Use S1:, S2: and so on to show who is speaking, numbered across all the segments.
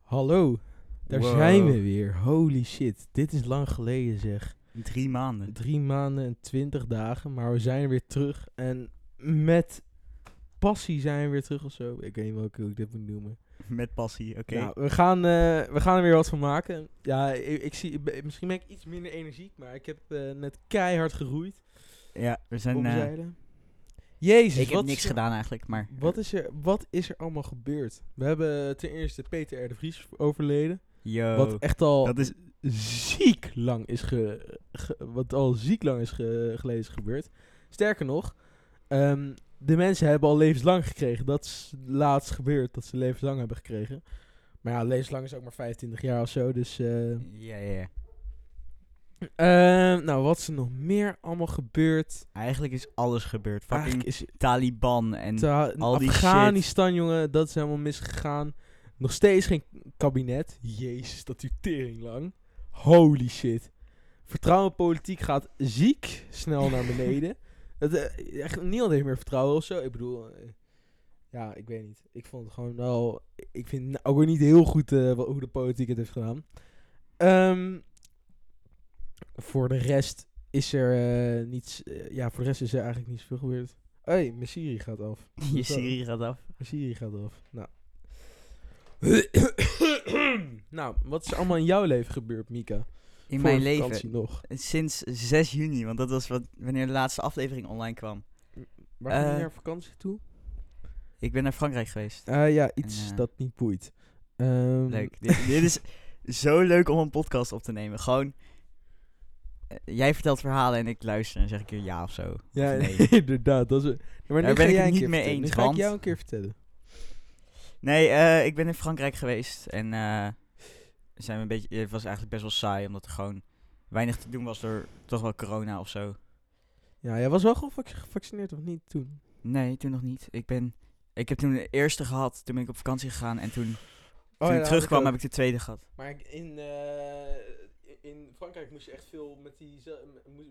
S1: Hallo, daar
S2: Wow.
S1: zijn we weer. Holy shit, dit is lang geleden zeg.
S2: Drie maanden.
S1: Drie maanden en twintig dagen, maar we zijn weer terug. En met passie zijn we weer terug of zo. Ik weet niet welke hoe ik dit moet noemen.
S2: Met passie, oké.
S1: Nou, we gaan, eh, we gaan er weer wat van maken. Ja, ik, ik zie, ik ben- misschien ben ik iets minder energiek, maar ik heb eh, net keihard geroeid.
S2: Ja, we zijn... eh,
S1: Omzeilen. Jezus,
S2: ik heb
S1: wat
S2: niks
S1: is er-
S2: gedaan eigenlijk, maar...
S1: Wat is, er, wat is er allemaal gebeurd? We hebben eh, ten eerste Peter R. de Vries overleden.
S2: Yo.
S1: Wat echt al
S2: Oh. dat is...
S1: ziek lang is ge, ge- wat al ziek lang is ge- geleden is gebeurd. Sterker nog, ehm, de mensen hebben al levenslang gekregen. Dat is laatst gebeurd dat ze levenslang hebben gekregen. Maar ja, levenslang is ook maar 25 jaar of zo. Dus eh,
S2: Ja, ja, ja.
S1: ehm, nou, wat is er nog meer allemaal gebeurd?
S2: Eigenlijk is alles gebeurd. Fucking
S1: Eigenlijk is
S2: Taliban en...
S1: Ta-
S2: al die
S1: Afghanistan, jongen, dat is helemaal misgegaan. Nog steeds geen kabinet. Jezus, dat duurt tering lang. Holy shit. Vertrouwen in politiek gaat ziek snel naar beneden. Dat, eh, echt, niemand heeft meer vertrouwen of zo. Ik bedoel, eh, ja, ik weet niet. Ik vond het gewoon wel... Ik vind ook weer niet heel goed eh, wat- hoe de politiek het heeft gedaan. Ehm, voor de rest is er eh, niets... eh, ja, voor de rest is er eigenlijk niet zoveel gebeurd. Hé, hey, mijn Siri gaat af.
S2: Je serie gaat af.
S1: Mijn Siri gaat af. Nou. nou, wat is er allemaal in jouw leven gebeurd, Mika?
S2: In
S1: Voor
S2: mijn
S1: de
S2: leven.
S1: vakantie nog.
S2: Sinds 6 juni, want dat was wat, wanneer de laatste aflevering online kwam.
S1: Waar ging je
S2: Eh,
S1: naar vakantie toe?
S2: Ik ben naar Frankrijk geweest.
S1: Eh, ja, iets
S2: En, eh,
S1: dat niet boeit. Ehm,
S2: Leuk. dit, dit is zo leuk om een podcast op te nemen. Gewoon... eh, Jij vertelt verhalen en ik luister en zeg ik je ja of zo.
S1: Ja,
S2: Of nee.
S1: inderdaad. Dat is, ja, maar nu
S2: ben
S1: ga
S2: ik het
S1: jij een
S2: niet
S1: keer
S2: mee
S1: vertellen. Nu
S2: eens,
S1: ga ik
S2: want-
S1: jou een keer vertellen.
S2: Nee, eh, ik ben in Frankrijk geweest en eh, zijn we een beetje, het was eigenlijk best wel saai omdat er gewoon weinig te doen was door toch wel corona of zo.
S1: Ja, jij was wel gewoon vac- gevaccineerd of niet toen?
S2: Nee, toen nog niet. Ik ben, ik heb toen de eerste gehad, toen ben ik op vakantie gegaan en toen,
S1: Oh,
S2: toen ik terugkwam heb ik de tweede gehad.
S1: Maar in, eh, in Frankrijk moest je echt veel met, die,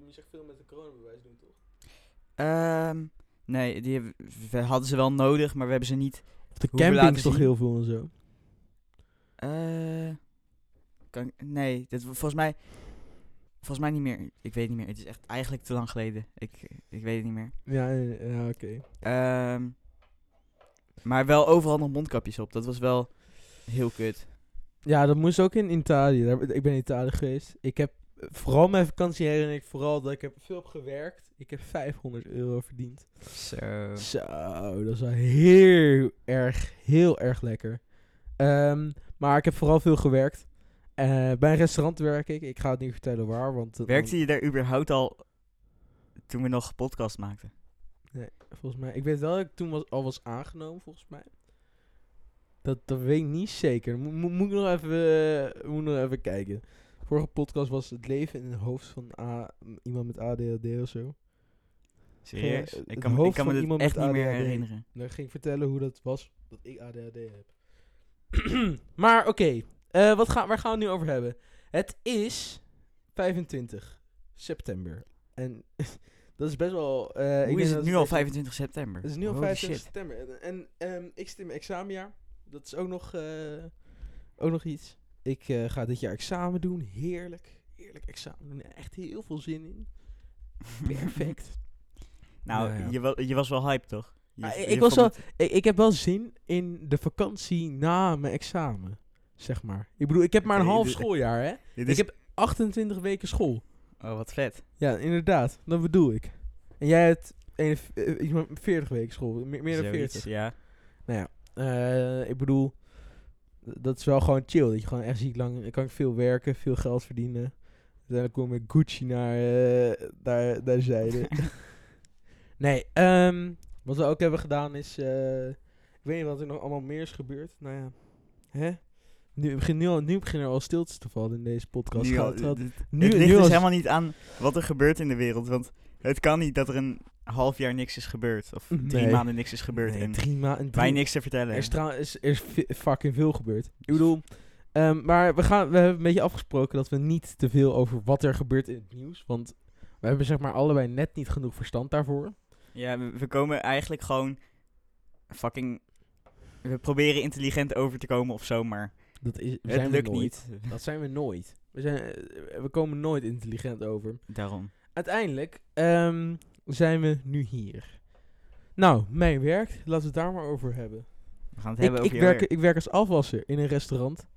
S1: moest je echt veel met de coronabewijs doen, toch?
S2: Ehm, nee, die hebben- we hadden ze wel nodig, maar we hebben ze niet.
S1: Op de
S2: Hoeveel laten
S1: campings toch
S2: zien?
S1: heel veel en zo.
S2: eh, kan, ik- nee, dit, volgens mij, volgens mij niet meer. Ik weet niet meer. Het is echt eigenlijk te lang geleden. Ik, ik weet het niet meer.
S1: Ja, eh, ja oké.
S2: Ehm, maar wel overal nog mondkapjes op. Dat was wel heel kut.
S1: Ja, dat moest ook in Italië. Daar- Ik ben in Italië geweest. Ik heb eh, vooral mijn vakantie herinner ik vooral dat ik heb veel heb gewerkt. Ik heb 500 euro verdiend.
S2: Zo.
S1: Zo, dat is wel heel erg, heel erg lekker. Ehm, maar ik heb vooral veel gewerkt. Eh, bij een restaurant werk ik. Ik ga het niet vertellen waar, want... dan-
S2: Werkte je daar überhaupt al toen we nog podcast maakten?
S1: Volgens mij. Ik weet wel dat ik toen was, al was aangenomen, volgens mij. Dat, dat weet ik niet zeker. Mo- mo- moet ik nog even, eh, moet ik nog even kijken. Vorige podcast was het leven in het hoofd van A- iemand met ADHD of zo.
S2: Serieus?
S1: Ja, eh, het
S2: ik kan, me-
S1: hoofd
S2: ik kan
S1: van
S2: me dat
S1: iemand
S2: echt
S1: met
S2: niet meer
S1: ADHD.
S2: herinneren.
S1: En dan ging ik vertellen hoe dat was dat ik ADHD heb. maar oké, eh, wat gaan, waar gaan we het nu over hebben? Het is 25 september. En dat is best wel... eh, ik
S2: Hoe
S1: denk
S2: is
S1: dat
S2: het nu al
S1: best wel-
S2: 25 september?
S1: het is nu al
S2: Holy
S1: 25
S2: shit.
S1: september. En, en ehm, ik zit in mijn examenjaar. Dat is ook nog, eh, ook nog iets. Ik eh, ga dit jaar examen doen. Heerlijk. Heerlijk examen doen. Echt heel veel zin in. Perfect.
S2: Nou,
S1: Nou ja.
S2: je, wa- je was wel hype toch? Je-
S1: Ah, ik-
S2: je
S1: ik was
S2: vond
S1: ik, ik heb wel zin in de vakantie na mijn examen. Zeg maar. Ik bedoel, ik heb maar een
S2: Oké,
S1: half
S2: dit-
S1: schooljaar, hè?
S2: het- dit
S1: Ik
S2: is-
S1: heb 28 weken school.
S2: Oh, wat vet.
S1: Ja, inderdaad. Dat bedoel ik. En jij hebt een, eh, iets met 40 weken school. Meer, meer dan
S2: Zoiets,
S1: 40.
S2: Ja.
S1: Eh, ik bedoel, d- dat is wel gewoon chill. Dat je gewoon echt ziek lang dan kan ik veel werken, veel geld verdienen. Uiteindelijk kom ik met Gucci naar, eh daar, daar zijde. nee, ehm, wat we ook hebben gedaan is. eh, ik weet niet wat er nog allemaal meer is gebeurd. Nou ja, hè? Nu begint nu, al- nu beginnen er al stilte te vallen in deze podcast.
S2: Nu, al-
S1: Gaat- gaat-
S2: het-
S1: nu-
S2: het
S1: nu
S2: ligt dus
S1: als-
S2: helemaal niet aan wat er gebeurt in de wereld. Want het kan niet dat er een half jaar niks is gebeurd. Of drie
S1: Mm-hmm. Nee.
S2: maanden niks is gebeurd.
S1: Nee,
S2: en
S1: drie maanden.
S2: wij niks te vertellen.
S1: Er
S2: hebben.
S1: is, trouw- is, er is ve- fucking veel gebeurd. Ik bedoel, ehm, maar we, gaan, we hebben een beetje afgesproken dat we niet te veel over wat er gebeurt in het nieuws. Want we hebben zeg maar allebei net niet genoeg verstand daarvoor.
S2: Ja, we, we komen eigenlijk gewoon fucking. We proberen intelligent over te komen of zo, maar
S1: Dat is,
S2: Het
S1: zijn we
S2: lukt
S1: nooit.
S2: niet.
S1: Dat zijn we nooit. We, zijn, eh, we komen nooit intelligent over.
S2: Daarom.
S1: Uiteindelijk ehm, zijn we nu hier. Nou, mijn werk, laten we het daar maar over hebben.
S2: We gaan het
S1: Ik,
S2: hebben
S1: ik,
S2: over je
S1: werk,
S2: werk.
S1: ik werk als afwasser in een restaurant.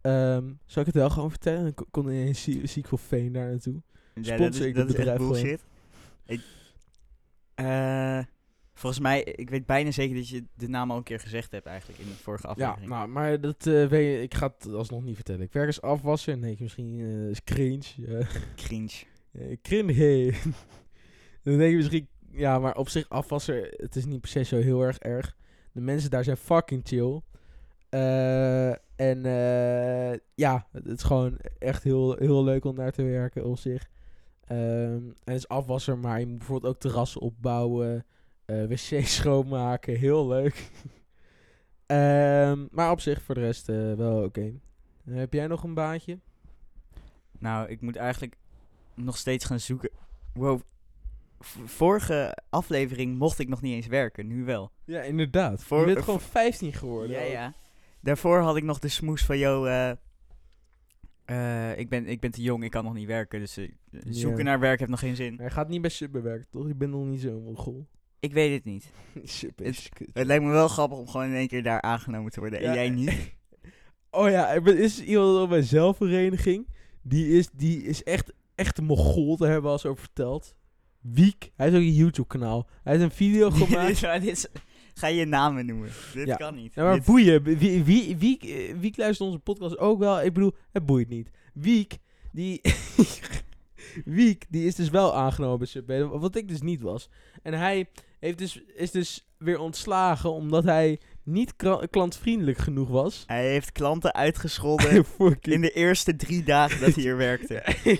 S1: Ehm zal ik het wel gewoon vertellen? Dan ko- kon in een sequel Veen daar naartoe.
S2: Ja, dat
S1: sponsor
S2: is,
S1: ik
S2: dat
S1: het
S2: is echt
S1: bedrijf gewoon.
S2: bullshit. Ik- eh, volgens mij, ik weet bijna zeker dat je de naam al een keer gezegd hebt eigenlijk in de vorige
S1: Ja,
S2: aflevering.
S1: nou, maar dat eh, weet je, ik ga het alsnog niet vertellen. Ik werk als afwasser. Nee, ik misschien eh, is cringe. eh.
S2: Cringe.
S1: Eh, Cringe. Dan denk je misschien... Ja, maar op zich afwasser, het is niet per se zo heel erg erg. De mensen daar zijn fucking chill. Eh, en eh, ja, het het is gewoon echt heel, heel leuk om daar te werken op zich. Ehm, en het is afwasser, maar je moet bijvoorbeeld ook terrassen opbouwen. eh wc schoonmaken, heel leuk. Ehm, maar op zich voor de rest eh, wel oké. Eh, heb jij nog een baantje?
S2: Nou, ik moet eigenlijk nog steeds gaan zoeken. Wow. V- Vorige aflevering mocht ik nog niet eens werken, nu wel.
S1: Ja, inderdaad.
S2: Voor-
S1: je bent
S2: eh,
S1: gewoon 15 geworden.
S2: Ja,
S1: ook.
S2: ja. Daarvoor had ik nog de smoes van, yo, eh, eh, ik, ben, ik ben te jong, ik kan nog niet werken, dus eh, zoeken
S1: Ja.
S2: naar werk heeft nog geen zin.
S1: Maar je gaat niet bij Subway werken, toch? Ik ben nog niet zo'n mongool.
S2: Ik weet het niet.
S1: Subway is kut.
S2: Het lijkt me wel grappig om gewoon in één keer daar aangenomen te worden.
S1: Ja.
S2: En jij niet.
S1: Oh ja, er ben- is iemand op mijn zelfvereniging. Die is, die is echt, echt een mongool, daar hebben we al eens over verteld. Wiek. Hij heeft ook een YouTube-kanaal. Hij heeft een video
S2: dit,
S1: gemaakt.
S2: is- maar dit is- ga je namen noemen. Dit
S1: Ja.
S2: kan niet.
S1: Ja, maar
S2: Dit-
S1: boeien. Wie, wie, wie, eh, Wiek luistert onze podcast ook wel. Ik bedoel, het boeit niet. Wiek, die... Wiek, die is dus wel aangenomen bij Subway, wat ik dus niet was. En hij heeft dus, is dus weer ontslagen omdat hij niet kra- klantvriendelijk genoeg was.
S2: hij heeft klanten uitgescholden in de eerste drie dagen dat hij hier werkte.
S1: en,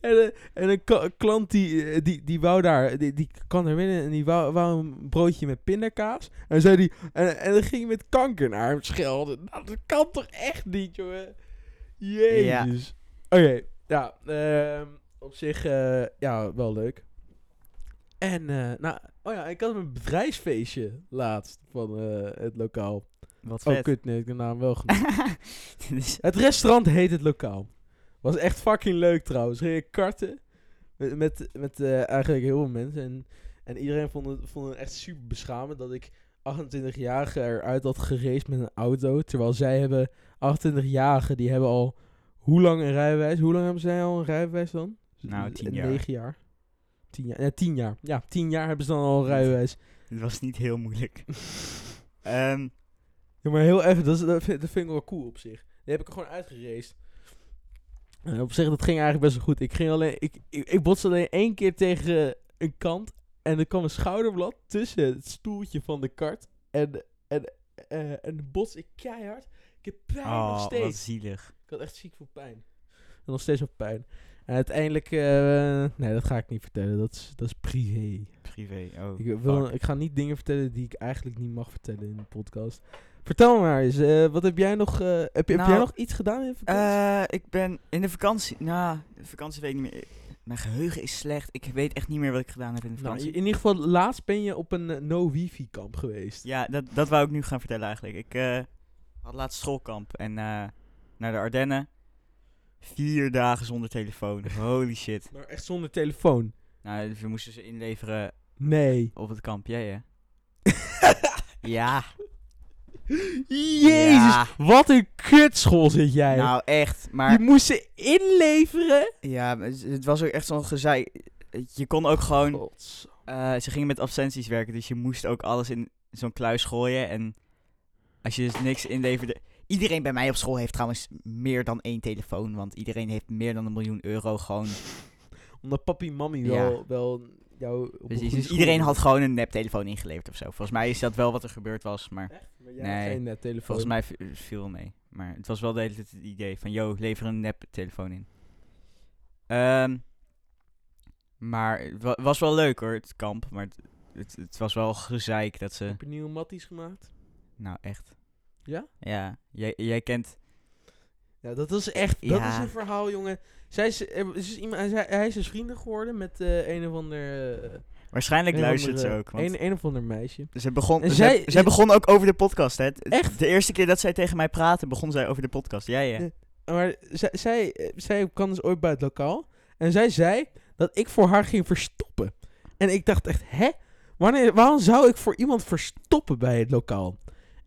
S1: eh, en een ka- klant die, eh, die, die wou daar, die, die kan er winnen en die wou, wou een broodje met pindakaas. En zei die, en, en dan ging hij met kanker naar hem schelden. Nou, dat kan toch echt niet, jongen? Jezus. Oké, ja, ehm, op zich, eh, ja, wel leuk. En, eh, nou, oh ja, ik had een bedrijfsfeestje laatst van eh, het lokaal.
S2: Wat
S1: Oh,
S2: vet.
S1: kut, nee, ik heb de naam wel genoemd.
S2: Dit is-
S1: Het restaurant heet het lokaal. Was echt fucking leuk trouwens. Gingen karten met, met, met eh, eigenlijk heel veel mensen. En, en iedereen vond het, vond het echt super beschamend dat ik 28-jarigen eruit had geraced met een auto. Terwijl zij hebben, 28-jarigen, die hebben al hoe lang een rijbewijs? Hoe lang hebben zij al een rijbewijs dan?
S2: Nou, tien
S1: Eh,
S2: jaar.
S1: Negen jaar. Tien jaar. Ja, tien jaar. Ja, tien jaar hebben ze dan al een rijbewijs.
S2: dit was niet heel moeilijk. Ehm,
S1: Ja, maar heel even, dat, is, dat, vind, dat vind ik wel cool op zich. Die heb ik er gewoon uitgeraced. En op zich, dat ging eigenlijk best wel goed. Ik, ging alleen, ik, ik, ik botste alleen één keer tegen een kant. En er kwam een schouderblad tussen het stoeltje van de kart. En, en, eh en bots ik keihard. Ik heb pijn nog
S2: oh, wat
S1: steeds.
S2: zielig.
S1: Ik had echt ziek veel pijn. En nog steeds wat pijn. En uiteindelijk... eh, nee, dat ga ik niet vertellen. Dat is, dat is privé.
S2: Privé. Oh,
S1: Ik, wil,
S2: fuck.
S1: ik ga niet dingen vertellen die ik eigenlijk niet mag vertellen in de podcast. Vertel me maar eens, eh, wat heb jij nog, eh, heb, heb
S2: Nou,
S1: jij nog iets gedaan in de vakantie?
S2: Eh, ik ben in de vakantie. Nou, de vakantie weet ik niet meer. Mijn geheugen is slecht. Ik weet echt niet meer wat ik gedaan heb in de
S1: nou,
S2: vakantie.
S1: in ieder geval, laatst ben je op een eh, no-wifi kamp geweest.
S2: Ja, dat, dat wou ik nu gaan vertellen eigenlijk. Ik eh, had laatst schoolkamp en eh, naar de Ardennen. Vier dagen zonder telefoon. Holy shit.
S1: Maar echt zonder telefoon.
S2: Nou, we moesten ze inleveren
S1: Nee.
S2: op het kamp. Jij hè? ja.
S1: Jezus,
S2: Ja.
S1: wat een kutschool zit jij.
S2: Nou, echt.
S1: Je
S2: Maar
S1: moest ze inleveren.
S2: ja, maar het- het was ook echt zo'n gezeik. Je kon ook gewoon...
S1: Oh.
S2: eh, ze gingen met absenties werken, dus je moest ook alles in zo'n kluis gooien. En als je dus niks inleverde... Iedereen bij mij op school heeft trouwens meer dan één telefoon. Want iedereen heeft meer dan een miljoen euro gewoon
S1: Omdat papi en mammi
S2: Ja.
S1: wel, wel jou... op een
S2: Precies,
S1: goede
S2: dus
S1: school
S2: iedereen had
S1: wilden.
S2: gewoon een neptelefoon ingeleverd of zo. Volgens mij is dat wel wat er gebeurd was, maar
S1: Echt? Maar jij had
S2: Nee.
S1: geen net telefoon.
S2: volgens mij v- viel wel mee. Maar het was wel de hele tijd het idee van, yo, lever een neptelefoon in. Ehm, maar het wa- was wel leuk hoor, het kamp. Maar het, het, het was wel gezeik dat ze...
S1: Heb je nieuwe matties gemaakt?
S2: Nou, echt.
S1: Ja?
S2: Ja, jij, jij kent...
S1: Ja, dat is echt, dat
S2: Ja.
S1: is een verhaal, jongen. Zij is, er is dus iemand, hij, hij is dus vrienden geworden met eh, een of ander... eh,
S2: Waarschijnlijk
S1: Een of
S2: luistert ze
S1: andere-
S2: ook. Want
S1: Een, een of ander meisje.
S2: ze begon,
S1: En
S2: ze-
S1: zij-
S2: zij begon ook over de podcast, hè? Het-
S1: Echt?
S2: De eerste keer dat zij tegen mij praatte, begon zij over de podcast. Ja, ja.
S1: Ja. Maar zij, zij, eh, zij kwam dus ooit bij het lokaal. En zij zei dat ik voor haar ging verstoppen. En ik dacht echt, hè? Wanneer, waarom zou ik voor iemand verstoppen bij het lokaal?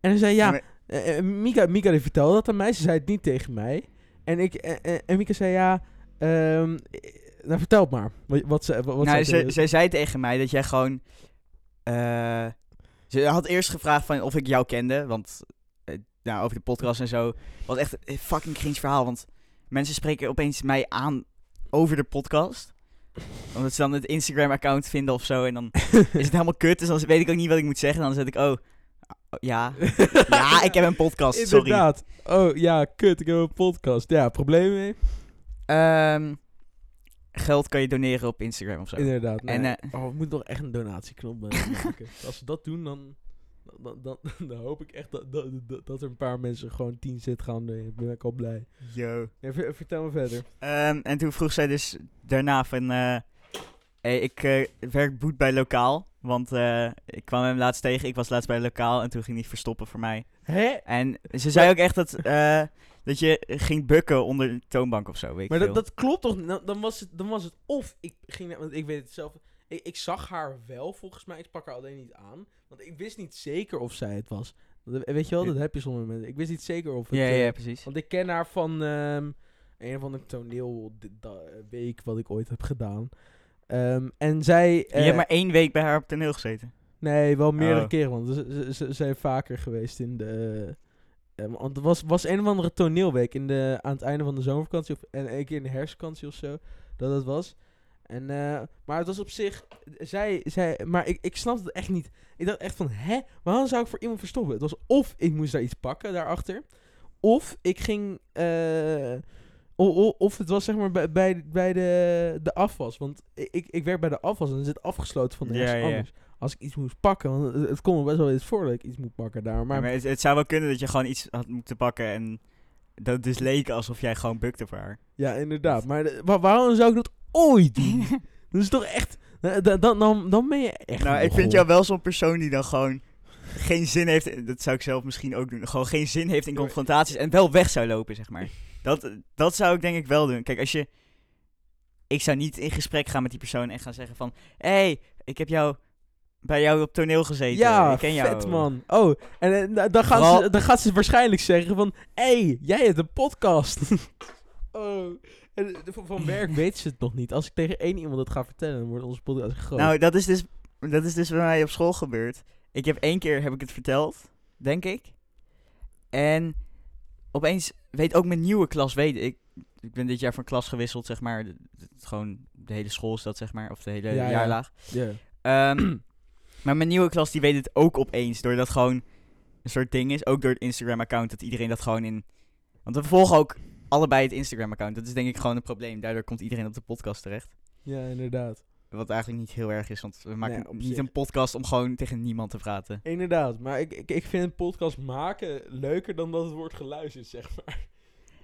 S1: En ze zei, ja,
S2: Maar-
S1: eh, eh, Mika, Mika die vertelde dat aan mij. Ze zei het niet tegen mij. En, ik, eh, eh, en Mika zei, ja, ehm, eh, nou vertel het maar. Wat, wat ze, wat
S2: nou,
S1: zij
S2: ze,
S1: tegen-
S2: zij zei tegen mij dat jij gewoon... eh, ze had eerst gevraagd van of ik jou kende, want eh, nou, over de podcast en zo. was echt een fucking cringe verhaal, want mensen spreken opeens mij aan over de podcast. Omdat ze dan het Instagram-account vinden of zo en dan is het helemaal kut. Dus dan weet ik ook niet wat ik moet zeggen. Dan zet ik, oh, oh, ja, ja, ik heb een podcast, sorry.
S1: Inderdaad. Oh ja, kut, ik heb een podcast. Ja, probleem mee?
S2: Ehm, geld kan je doneren op Instagram of zo.
S1: Inderdaad. nee.
S2: En, eh,
S1: oh, we moeten nog echt een donatieknop eh, maken. Als we dat doen, dan, dan, dan, dan hoop ik echt dat, dat, dat- dat er een paar mensen gewoon 10 zit gaan. Dan ben ik al blij.
S2: Yo.
S1: Ja, ver- vertel me verder.
S2: Ehm, en toen vroeg zij dus daarna van... eh, hey, ik eh, werk boet bij Lokaal. Want eh, ik kwam hem laatst tegen. Ik was laatst bij Lokaal. En toen ging hij verstoppen voor mij.
S1: Hè?
S2: En ze zei ook echt dat, eh, dat je ging bukken onder de toonbank of zo. Weet ik
S1: Maar dat,
S2: veel.
S1: dat klopt toch? Nou, dan, was het, dan was het of ik ging, naar- want ik weet het zelf. Ik, ik zag haar wel volgens mij. Ik sprak haar alleen niet aan. Want ik wist niet zeker of zij het was. Dat- Weet je wel, dat heb je sommige mensen. Ik wist niet zeker of het.
S2: Ja,
S1: eh,
S2: ja, precies.
S1: Want ik ken haar van ehm, een of andere toneelweek eh, wat ik ooit heb gedaan. Ehm, en zij...
S2: je
S1: eh,
S2: hebt maar één week bij haar op toneel gezeten.
S1: Nee, wel meerdere
S2: Oh.
S1: keren, want ze, ze, ze zijn vaker geweest in de... eh, want er was, was een of andere toneelweek in de, aan het einde van de zomervakantie of, en een keer in de herfstvakantie of zo, dat het was. En, eh, maar het was op zich, zij, zij, maar ik, ik snapte het echt niet. Ik dacht echt van, hè, waarom zou ik voor iemand verstoppen? Het was of ik moest daar iets pakken daarachter, of ik ging, eh, o- o- of het was zeg maar bij, bij, bij de, de afwas. Want ik- ik, ik werk bij de afwas en dan zit afgesloten van de
S2: Ja,
S1: rest
S2: ja.
S1: anders. Als ik iets moest pakken, want het, het komt me best wel eens voor dat ik iets moet pakken daar. Maar,
S2: Maar, het, het zou wel kunnen dat je gewoon iets had moeten pakken. En dat het dus leek alsof jij gewoon bukte voor haar.
S1: ja, inderdaad. Maar de- wa- waarom zou ik dat ooit doen? dat is toch echt, eh, da- da- dan, dan, dan ben je echt
S2: Nou,
S1: een
S2: ik vind
S1: mogol.
S2: jou wel zo'n persoon die dan gewoon geen zin heeft. Dat zou ik zelf misschien ook doen. Gewoon geen zin heeft in
S1: Ja, maar-
S2: confrontaties en wel weg zou lopen, zeg maar. Dat, dat zou ik denk ik wel doen. Kijk, als je. Ik zou niet in gesprek gaan met die persoon en gaan zeggen van. Hé, hey, ik heb jou bij jou op toneel gezeten.
S1: Ja,
S2: ik ken jou.
S1: vet man. Oh, en, eh, nou, dan, gaat
S2: Vooral-
S1: ze, dan gaat ze waarschijnlijk zeggen van... Hé, hey, jij hebt een podcast. oh. En eh, van, van werk weet ze het nog niet. Als ik tegen één iemand dat ga vertellen, dan wordt onze podcast groot.
S2: Nou, dat is, dus, dat is dus bij mij op school gebeurd. Ik heb één keer heb ik het verteld, denk ik. En opeens weet ook mijn nieuwe klas weten. Ik, ik ben dit jaar van klas gewisseld, zeg maar. De- de- gewoon de hele school is dat, zeg maar. Of de hele
S1: Ja, ja.
S2: jaarlaag.
S1: Ja.
S2: Ehm, maar mijn nieuwe klas die weet het ook opeens. Doordat gewoon een soort ding is. Ook door het Instagram-account. Dat iedereen dat gewoon in. Want we volgen ook allebei het Instagram-account. Dat is denk ik gewoon een probleem. Daardoor komt iedereen op de podcast terecht.
S1: ja, inderdaad.
S2: Wat eigenlijk niet heel erg is, want we maken
S1: Nee, op
S2: niet
S1: zich.
S2: een podcast om gewoon tegen niemand te praten.
S1: Inderdaad, maar ik, ik, ik vind een podcast maken leuker dan dat het wordt geluisterd, zeg maar.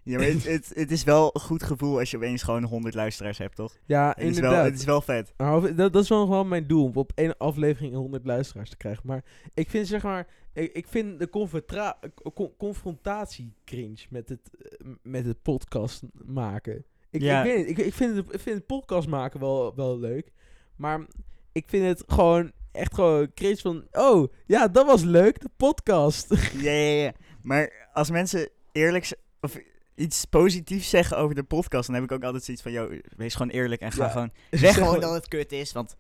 S2: Ja, maar het, het, het is wel een goed gevoel als je opeens gewoon 100 luisteraars hebt, toch?
S1: Ja,
S2: Het is, wel,
S1: inderdaad.
S2: het is wel vet.
S1: Nou, dat, dat is wel gewoon mijn doel, om op één aflevering 100 luisteraars te krijgen. Maar ik vind, zeg maar, ik, ik vind de confrontra- eh, con- confrontatie cringe met het, eh, m- met het podcast maken. Ik,
S2: Ja.
S1: ik, weet niet, ik, ik, vind het, ik vind het podcast maken wel, wel leuk, maar ik vind het gewoon echt gewoon cringe van, oh, ja, dat was leuk, de podcast.
S2: Ja, ja, ja. Maar als mensen eerlijk z- of iets positiefs zeggen over de podcast, dan heb ik ook altijd zoiets van, joh, wees gewoon eerlijk en ga
S1: Ja.
S2: gewoon...
S1: Zeg
S2: Zeg gewoon
S1: maar-
S2: dat het kut is, want...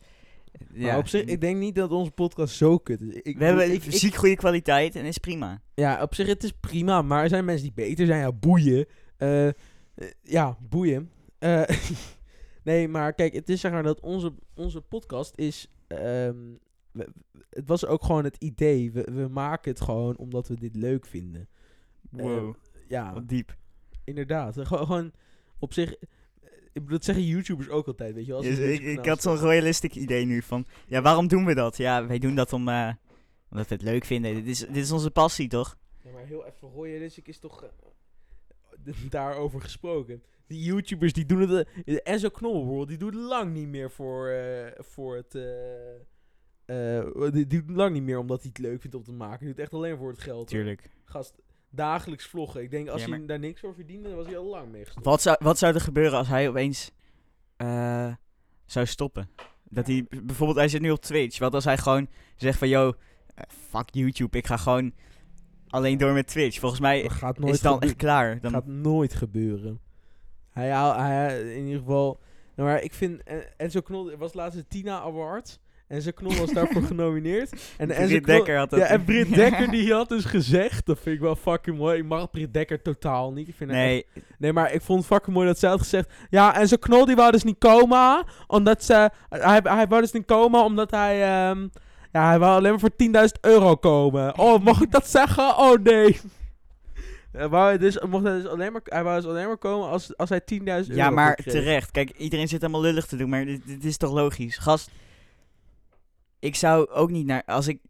S1: Maar op zich, ik denk niet dat onze podcast zo kut is. Ik,
S2: we hebben
S1: ik- ik-
S2: ziek goede kwaliteit en is prima.
S1: Ja, op zich, het is prima, maar er zijn mensen die beter zijn. Ja, boeien. Eh, eh, ja, boeien. Eh, nee, maar kijk, het is zeg maar dat onze, onze podcast is... ehm, we- het was ook gewoon het idee. We, we maken het gewoon omdat we dit leuk vinden. Wow. Ja,
S2: Wat Eh, oh. diep.
S1: inderdaad. Gew- gewoon op zich... eh, Ik bedoel, dat zeggen YouTubers ook altijd, weet je wel. als
S2: Dus
S1: ze een
S2: ik, ik
S1: YouTube-kanaal
S2: had zo'n realistisch idee nu van, ja, waarom doen we dat? Ja, wij doen dat om, eh, omdat we het leuk vinden. Dit is, dit is onze passie, toch?
S1: Ja, maar heel even gooien, dus ik is toch... eh, d- daarover gesproken. Die YouTubers die doen het. eh, Enzo Knol bijvoorbeeld, die doet lang niet meer voor, eh, voor het. eh, eh, die die doet lang niet meer omdat hij het leuk vindt om te maken. Hij doet echt alleen voor het geld. hoor.
S2: Tuurlijk.
S1: Gast, dagelijks vloggen. Ik denk als
S2: Ja,
S1: hij
S2: maar-
S1: daar niks voor verdiende, dan was hij al lang mee gestopt.
S2: Wat zou, wat zou er gebeuren als hij opeens eh, zou stoppen? Dat hij, bijvoorbeeld, hij zit nu op Twitch. Wat als hij gewoon zegt van, yo, eh, fuck YouTube, ik ga gewoon alleen door met Twitch. Volgens mij
S1: Dat gaat
S2: is
S1: nooit
S2: het dan
S1: gebeuren.
S2: echt klaar. Dan,
S1: gaat nooit gebeuren. Hij, hou- hij in ieder geval. nou, maar ik vind en Enzo Knol er was laatst de Tina Award en Enzo Knol was daarvoor genomineerd en Enzo
S2: Britt
S1: Knol,
S2: Dekker had dat.
S1: ja en Britt Dekker die had dus gezegd dat vind ik wel fucking mooi. Ik mag Britt Dekker totaal niet. Ik vind haar
S2: nee,
S1: Nee, maar ik vond het fucking mooi dat zij had gezegd. Ja, en zo'n knol die wou dus niet komen. Omdat ze. Hij, hij wou dus niet komen omdat hij. ehm, ja, hij wou alleen maar voor 10.000 euro komen. Oh, mag ik dat zeggen? Oh nee. Hij wou hij dus, mocht hij, dus alleen maar, hij wou dus alleen maar komen als, als hij 10.000 euro
S2: ja, maar
S1: kreeg.
S2: terecht. Kijk, iedereen zit helemaal lullig te doen, maar dit, dit is toch logisch. Gast, ik zou ook niet naar... Als ik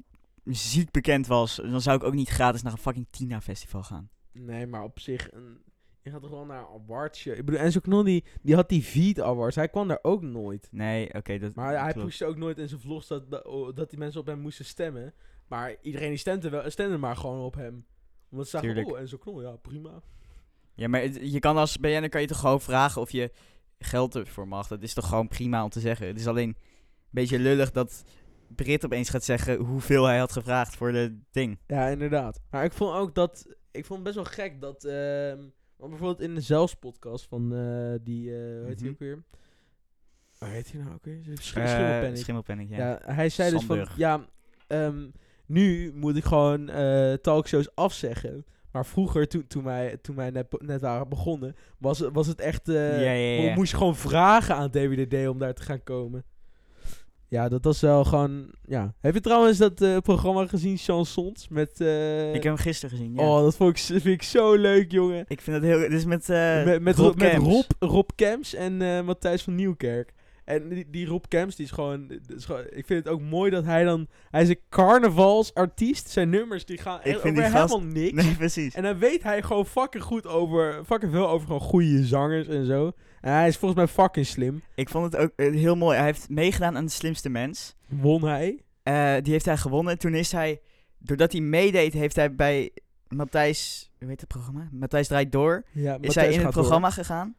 S2: ziek bekend was, dan zou ik ook niet gratis naar een fucking Tina-festival gaan.
S1: Nee, maar op zich. een- je gaat toch wel naar een awardje. Ik bedoel, Enzo Knol die, die had die Viet Awards. Hij kwam daar ook nooit.
S2: Nee, oké, dat
S1: Maar hij
S2: klopt.
S1: pushte ook nooit in zijn vlogs dat, dat, oh, dat die mensen op hem moesten stemmen. Maar iedereen die stemde, wel, stemde maar gewoon op hem. Omdat ze zagen,
S2: Tuurlijk.
S1: oh, en zo knol, ja, prima.
S2: Ja, maar het- je kan als BN'er kan je toch gewoon vragen of je geld ervoor mag. Dat is toch gewoon prima om te zeggen. Het is alleen een beetje lullig dat Brit opeens gaat zeggen hoeveel hij had gevraagd voor de ding.
S1: Ja, inderdaad. Maar ik vond ook dat... Ik vond het best wel gek dat... ehm, want bijvoorbeeld in de zelfspodcast van eh, die... eh, hoe heet hij
S2: Mhm.
S1: ook weer? Hoe heet hij nou ook weer? Sch
S2: Eh,
S1: Schimmelpennink.
S2: Schimmelpennink, ja.
S1: Ja, hij zei dus
S2: Sander.
S1: van, ja, ehm, nu moet ik gewoon eh, talkshows afzeggen. Maar vroeger, toen, toen wij, toen wij net, be- net waren begonnen, was, het- was het echt... eh,
S2: Ja, ja, ja.
S1: Moest je gewoon vragen aan DWDD om daar te gaan komen. Ja, dat was wel gewoon... Ja. Heb je trouwens dat eh, programma gezien, Chansons? Met... eh,
S2: ik heb hem gisteren gezien, ja.
S1: Oh, dat vond ik, z- vind ik zo leuk, jongen.
S2: Ik vind dat heel... Dit is met, eh
S1: met, met,
S2: Rob
S1: Rob, met
S2: Camps.
S1: Rob, Rob Camps en eh, Matthijs van Nieuwkerk. En die, die Rob Camps, die is gewoon, dat is gewoon- Ik vind het ook mooi dat hij dan... Hij is een carnavalsartiest. Zijn nummers, die gaan
S2: Ik
S1: echt
S2: vind
S1: over
S2: die gast-
S1: helemaal niks.
S2: Nee, precies.
S1: En dan weet hij gewoon fucking goed over... Fucking veel over gewoon goede zangers en zo. En hij is volgens mij fucking slim.
S2: Ik vond het ook eh, heel mooi. Hij heeft meegedaan aan de slimste mens.
S1: Won hij.
S2: Eh, die heeft hij gewonnen. Toen is hij, doordat hij meedeed, heeft hij bij Matthijs, hoe heet het programma? Matthijs draait door.
S1: Ja,
S2: is
S1: Matthijs
S2: hij in het
S1: gaat door.
S2: programma gegaan.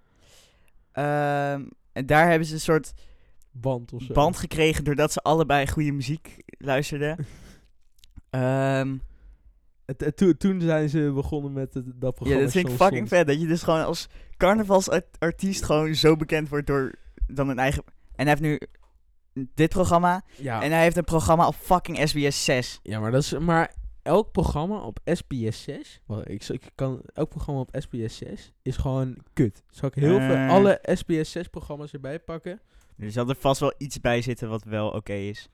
S2: Ehm, en daar hebben ze een soort
S1: Band of zo.
S2: band gekregen doordat ze allebei goede muziek luisterden. Ehm,
S1: Het- het- toen- toen zijn ze begonnen met het, dat
S2: ja,
S1: programma.
S2: dat vind ik
S1: Soms
S2: fucking
S1: Soms.
S2: vet. Dat je dus gewoon als carnavalsartiest gewoon zo bekend wordt door dan een eigen... En hij heeft nu dit programma.
S1: Ja.
S2: En hij heeft een programma op fucking SBS 6.
S1: Ja, maar dat is maar elk programma op SBS 6. Wel, ik, z- ik kan elk programma op SBS 6 is gewoon kut. Zal ik heel
S2: Eh.
S1: veel alle SBS 6 programma's erbij pakken?
S2: Dus Er zal er vast wel iets bij zitten wat wel oké is.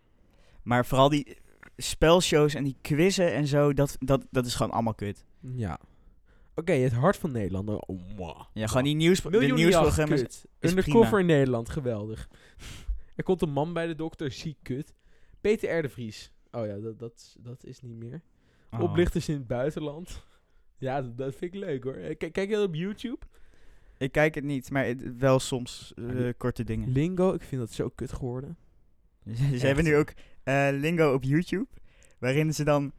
S2: Maar vooral die spelshows en die quizzen en zo, dat, dat, dat is gewoon allemaal kut.
S1: Ja. Oké, het hart van Nederland. Oh, mwah.
S2: Ja, gewoon die nieuws, de
S1: Miljoenenjacht,
S2: nieuwsprogramma's.
S1: kut.
S2: is
S1: Undercover
S2: prima.
S1: in Nederland, geweldig. er komt een man bij de dokter, ziek kut. Peter R. de Vries. Oh ja, dat, dat, is- dat is niet meer.
S2: Oh.
S1: Oplichters in het buitenland. Ja, dat, dat vind ik leuk hoor. Eh, Kijk, kijk je dat op YouTube?
S2: Ik kijk het niet, maar het- wel soms eh,
S1: Maar die-
S2: korte dingen.
S1: Lingo, ik vind dat zo kut geworden.
S2: ze hebben nu ook eh, lingo op YouTube, waarin ze dan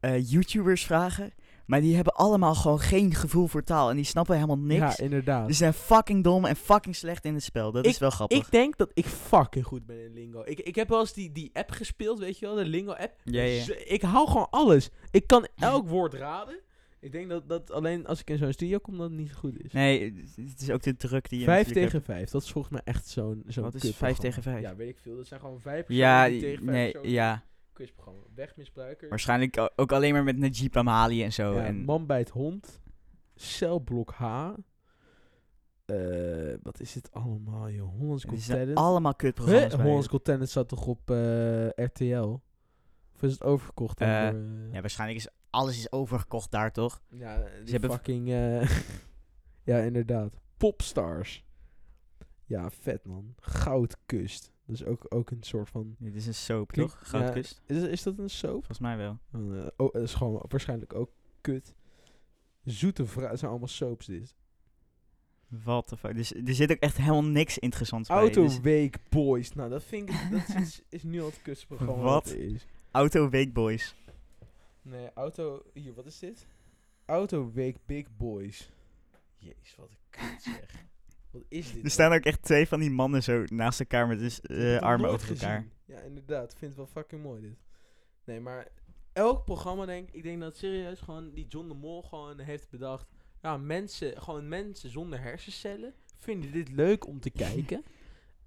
S2: eh, YouTubers vragen. Maar die hebben allemaal gewoon geen gevoel voor taal en die snappen helemaal niks.
S1: Ja, inderdaad.
S2: Ze zijn fucking dom en fucking slecht in het spel. Dat is wel grappig.
S1: Dus Ik denk dat ik fucking goed ben in lingo. Ik, ik heb wel eens die, die app gespeeld, weet je wel, de lingo-app.
S2: Ja, ja.
S1: Z- eh, Ik hou gewoon alles. Ik kan elk woord raden. Ik denk dat, dat alleen als ik in zo'n studio kom, dat het niet zo goed is.
S2: Nee, het- het is ook de druk die je
S1: vijf
S2: natuurlijk
S1: tegen vijf, dat is volgens mij echt zo'n zo'n
S2: Wat is
S1: kutprogramma.
S2: vijf tegen vijf?
S1: Ja, weet ik veel. Dat zijn gewoon vijf personen
S2: Ja,
S1: die
S2: i-
S1: tegen vijf
S2: nee,
S1: personen-
S2: ja.
S1: Quizprogramma. Wegmisbruiker.
S2: Waarschijnlijk o- ook alleen maar met Najib Amali en zo.
S1: Ja,
S2: en
S1: Man bij het hond. Celblok H. Eh, wat is dit allemaal, joh? Hollands
S2: het
S1: Got
S2: zijn
S1: Talent.
S2: allemaal kutprogramma's
S1: Huh?
S2: bij.
S1: Hollands Got Talent zat toch op eh, RTL? Of is het oververkocht? dan
S2: Eh,
S1: door, eh,
S2: Ja, waarschijnlijk is alles is overgekocht daar, toch?
S1: ja, die
S2: ze hebben-
S1: fucking... eh, ja, inderdaad. Popstars. Ja, vet man. Goudkust. Dat is ook, ook een soort van...
S2: Dit is een soap,
S1: Klinkt-
S2: toch? Goudkust,
S1: Is, is dat een soap?
S2: volgens mij wel.
S1: Eh, oh, dat is gewoon waarschijnlijk ook kut. Zoete vrouwen. zijn allemaal soaps dit.
S2: Wat de fuck. Dus er zit ook echt helemaal niks interessants bij. Dus
S1: Auto Week Boys. Nou, dat vind ik. Dat is, is nu al het kustprogramma.
S2: Wat?
S1: het is.
S2: Auto Week Boys.
S1: Nee, Auto. Hier, wat is dit? Auto Week Big Boys. Jezus, wat een kut zeg. Wat is dit?
S2: Er staan ook echt twee van die mannen zo naast elkaar met dus, eh, armen over elkaar.
S1: Ja, inderdaad. Ik vind het wel fucking mooi dit. Nee, maar elk programma denk ik. Ik denk dat serieus gewoon die John de Mol gewoon heeft bedacht. Ja, mensen, gewoon mensen zonder hersencellen vinden dit leuk om te kijken.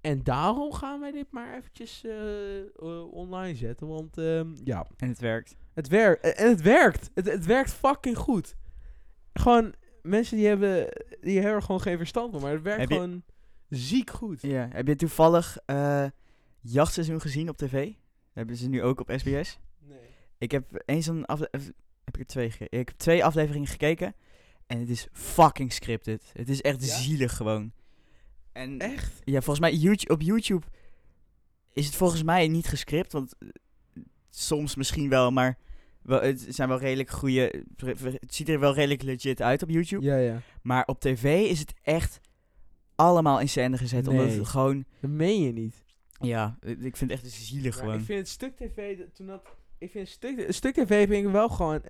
S1: En daarom gaan wij dit maar eventjes eh, eh, online zetten. Want ehm, ja,
S2: En het werkt.
S1: het werkt. En het werkt. Het, het werkt fucking goed. Gewoon, mensen die hebben, die hebben er gewoon geen verstand van. Maar het werkt
S2: Heb je-
S1: gewoon ziek goed.
S2: Ja. Heb je toevallig eh, jachtseizoen gezien op tv? Dat hebben ze nu ook op SBS.
S1: Nee.
S2: Ik heb eens een aflevering. Heb ik er twee gekeken? Ik heb twee afleveringen gekeken. En het is fucking scripted. Het is echt
S1: Ja?
S2: zielig gewoon. En
S1: Echt?
S2: ja, volgens mij YouTube, op YouTube is het volgens mij niet gescript. Want eh, soms misschien wel, maar wel, het zijn wel redelijk goede. Het ziet er wel redelijk legit uit op YouTube.
S1: Ja, ja.
S2: Maar op tv is het echt allemaal in scène gezet. Omdat
S1: Nee.
S2: het gewoon.
S1: Dat meen je niet.
S2: Ja, eh, ik vind het echt zielig
S1: Maar
S2: gewoon.
S1: ik vind het stuk tv, dat- toen dat... Ik vind stuk, stuk tv vind ik wel gewoon...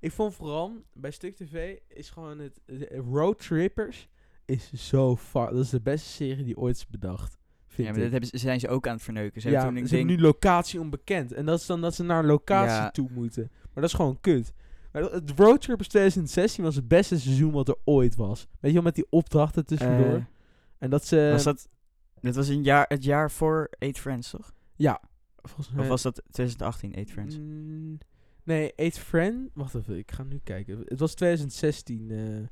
S1: Ik vond vooral, bij stuk tv is gewoon het... de- Road Trippers is zo far... Dat is de beste serie die ooit is bedacht,
S2: Ja,
S1: vind
S2: maar
S1: ik.
S2: dat hebben, ze- zijn ze ook aan het verneuken. Ze
S1: ja,
S2: hebben toen een
S1: ze hebben
S2: ding-
S1: nu locatie onbekend. En dat is dan dat ze naar locatie
S2: Ja.
S1: toe moeten. Maar dat is gewoon kut. Maar dat- het Road Trippers 2016 was het beste seizoen wat er ooit was. Weet je wel, met die opdrachten tussendoor.
S2: eh,
S1: en dat ze...
S2: was dat. Dat was een jaar, het jaar voor Eight Friends, toch?
S1: volgens
S2: Of
S1: mij-
S2: was dat 2018 Eight Friends?
S1: Eh. Mm, nee, Eight Friend. Wacht even, ik ga nu kijken. Het was 2016. eh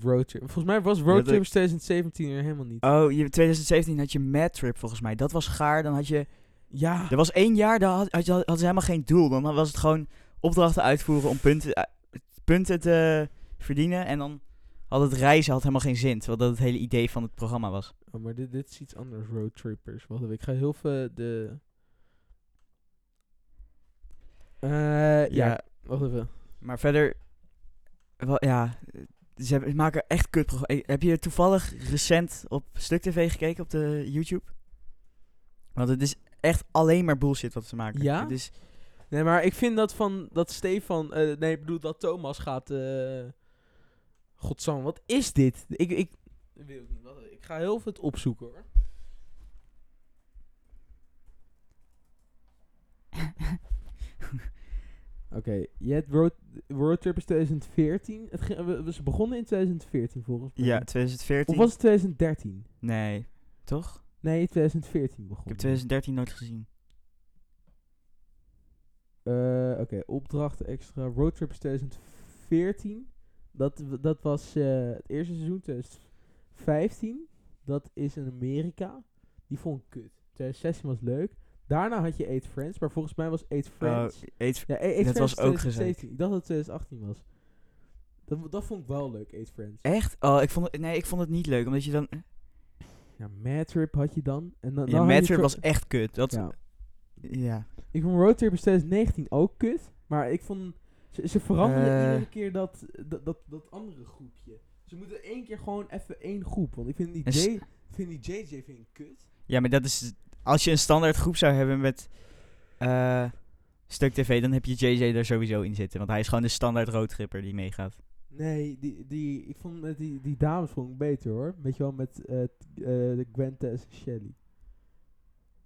S1: Road Trip. Volgens mij was Road
S2: dat-
S1: Trips 2017 er helemaal niet.
S2: Oh, je, 2017 had je Mad Trip volgens mij. Dat was gaar. Dan had je.
S1: ja.
S2: Er was één jaar, daar had, had, je- had ze helemaal geen doel. Dan was het gewoon opdrachten uitvoeren om punten, eh, punten te verdienen. En dan had het reizen had helemaal geen zin. Terwijl dat het hele idee van het programma was.
S1: Oh, maar dit, dit is iets anders. Road Trippers. Wacht even, ik ga heel veel de... Eh, ja. wacht even.
S2: Maar verder. Wel, ja. Ze hebben- maken echt kut Eh, Heb je toevallig recent op Stuk TV gekeken op de YouTube? Want het is echt alleen maar bullshit wat ze maken.
S1: Ja?
S2: Het is
S1: Nee, maar ik vind dat van... Dat Stefan... eh, nee, ik bedoel dat Thomas gaat... eh Godzang, wat is dit? Ik... ik ik weet ook niet. Wacht even, Ik ga heel veel het opzoeken hoor. Oké, je hebt Road, Road Trippers 2014. Het ging- we, we- ze begonnen in 2014 volgens mij.
S2: Ja, 2014.
S1: Of was het 2013?
S2: Nee, toch?
S1: Nee, 2014 begon.
S2: Ik heb 2013 nooit gezien.
S1: Eh, Oké, opdrachten extra. Road Trippers 2014. Dat, w- dat was eh, het eerste seizoen 2015. Dat is in Amerika. Die vond ik kut. 2016 was leuk. Daarna had je Eight Friends, maar volgens mij was Eight Friends.
S2: Oh, Eet-
S1: ja, Eight
S2: dat
S1: Friends
S2: was ook
S1: 2017. Ik dacht dat het 2018 was. Dat, dat vond ik wel leuk, Eight Friends.
S2: echt? Oh, ik vond het, nee, ik vond het niet leuk. Omdat je dan...
S1: Ja, Mad Trip had je dan. En Nou, dan,
S2: Je
S1: dan had je
S2: matchup
S1: Tro-
S2: was echt kut. Dat, ja.
S1: Ja. Ik vond Road Trip 2019 ook kut. Maar ik vond... Ze, ze veranderen
S2: Eh.
S1: iedere keer dat, dat, dat, dat andere groepje. Ze moeten één keer gewoon even één groep. Want ik vind die,
S2: En s-
S1: J, ik vind die JJ vind ik kut.
S2: Ja, maar dat is... Als je een standaard groep zou hebben met... eh, Stuk TV, dan heb je JJ er sowieso in zitten. Want hij is gewoon de standaard roadtripper die meegaat.
S1: Nee, die, die, ik vond met die, die dames vond ik beter hoor. Weet je wel, met eh t- eh, de Gwen, Tess en Shelly.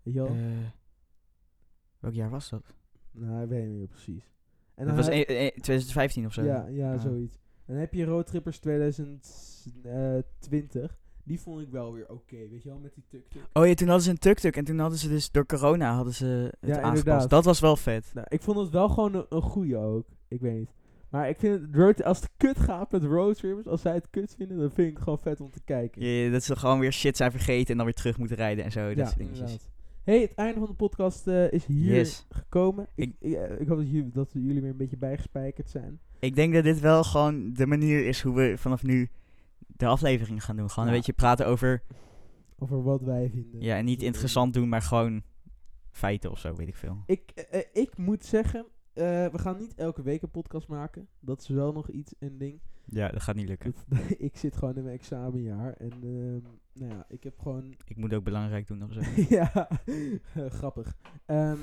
S1: Weet je wel?
S2: Eh, welk jaar was dat?
S1: nou, ik weet niet meer precies. En
S2: dat
S1: dan
S2: was
S1: had-
S2: e- e- 2015 of zo.
S1: Ja, ja
S2: Ah.
S1: zoiets. En dan heb je Roadtrippers 2020. Die vond ik wel weer oké, weet je wel, met die tuk-tuk.
S2: Oh ja, toen hadden ze een tuk-tuk. En toen hadden ze dus door corona hadden ze het
S1: Ja,
S2: aangepast.
S1: inderdaad.
S2: Dat was wel vet.
S1: Nou, ik vond het wel gewoon een, een goeie ook. Ik weet niet. Maar ik vind het, road, als het kut gaat met roadtrippers, als zij het kut vinden, dan vind ik het gewoon vet om te kijken.
S2: Ja, ja, dat ze gewoon weer shit zijn vergeten en dan weer terug moeten rijden en zo. dat soort dingetjes.
S1: inderdaad. hey, het einde van de podcast eh, is hier
S2: Yes.
S1: gekomen. Ik,
S2: Ik-
S1: ik, eh, ik hoop dat jullie, dat jullie weer een beetje bijgespijkerd zijn.
S2: Ik denk dat dit wel gewoon de manier is hoe we vanaf nu de aflevering gaan doen. Gewoon een
S1: Ja.
S2: beetje praten over,
S1: Over wat wij vinden.
S2: ja, en niet interessant doen, maar gewoon feiten of zo, weet ik veel.
S1: Ik, eh, eh, ik moet zeggen, eh, we gaan niet elke week een podcast maken. Dat is wel nog iets, een ding.
S2: Ja, dat gaat niet lukken.
S1: Dat- ik zit gewoon in mijn examenjaar en ehm, nou ja, ik heb gewoon...
S2: Ik moet ook belangrijk doen nog zo.
S1: ja, eh, grappig. Ehm,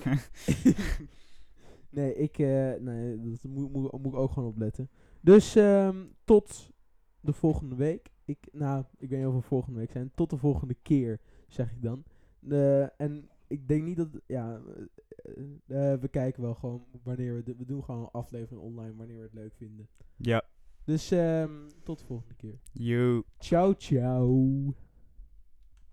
S1: nee, ik, eh, nee, dat moet, moet, moet ik ook gewoon opletten. Dus ehm, tot de volgende week. Ik, nou, ik weet niet of we volgende week zijn. Tot de volgende keer, zeg ik dan. De, en ik denk niet dat, ja, eh, eh, we kijken wel gewoon wanneer we, de- we doen gewoon een aflevering online wanneer we het leuk vinden.
S2: ja.
S1: Dus ehm, tot de volgende keer.
S2: You.
S1: Ciao, ciao.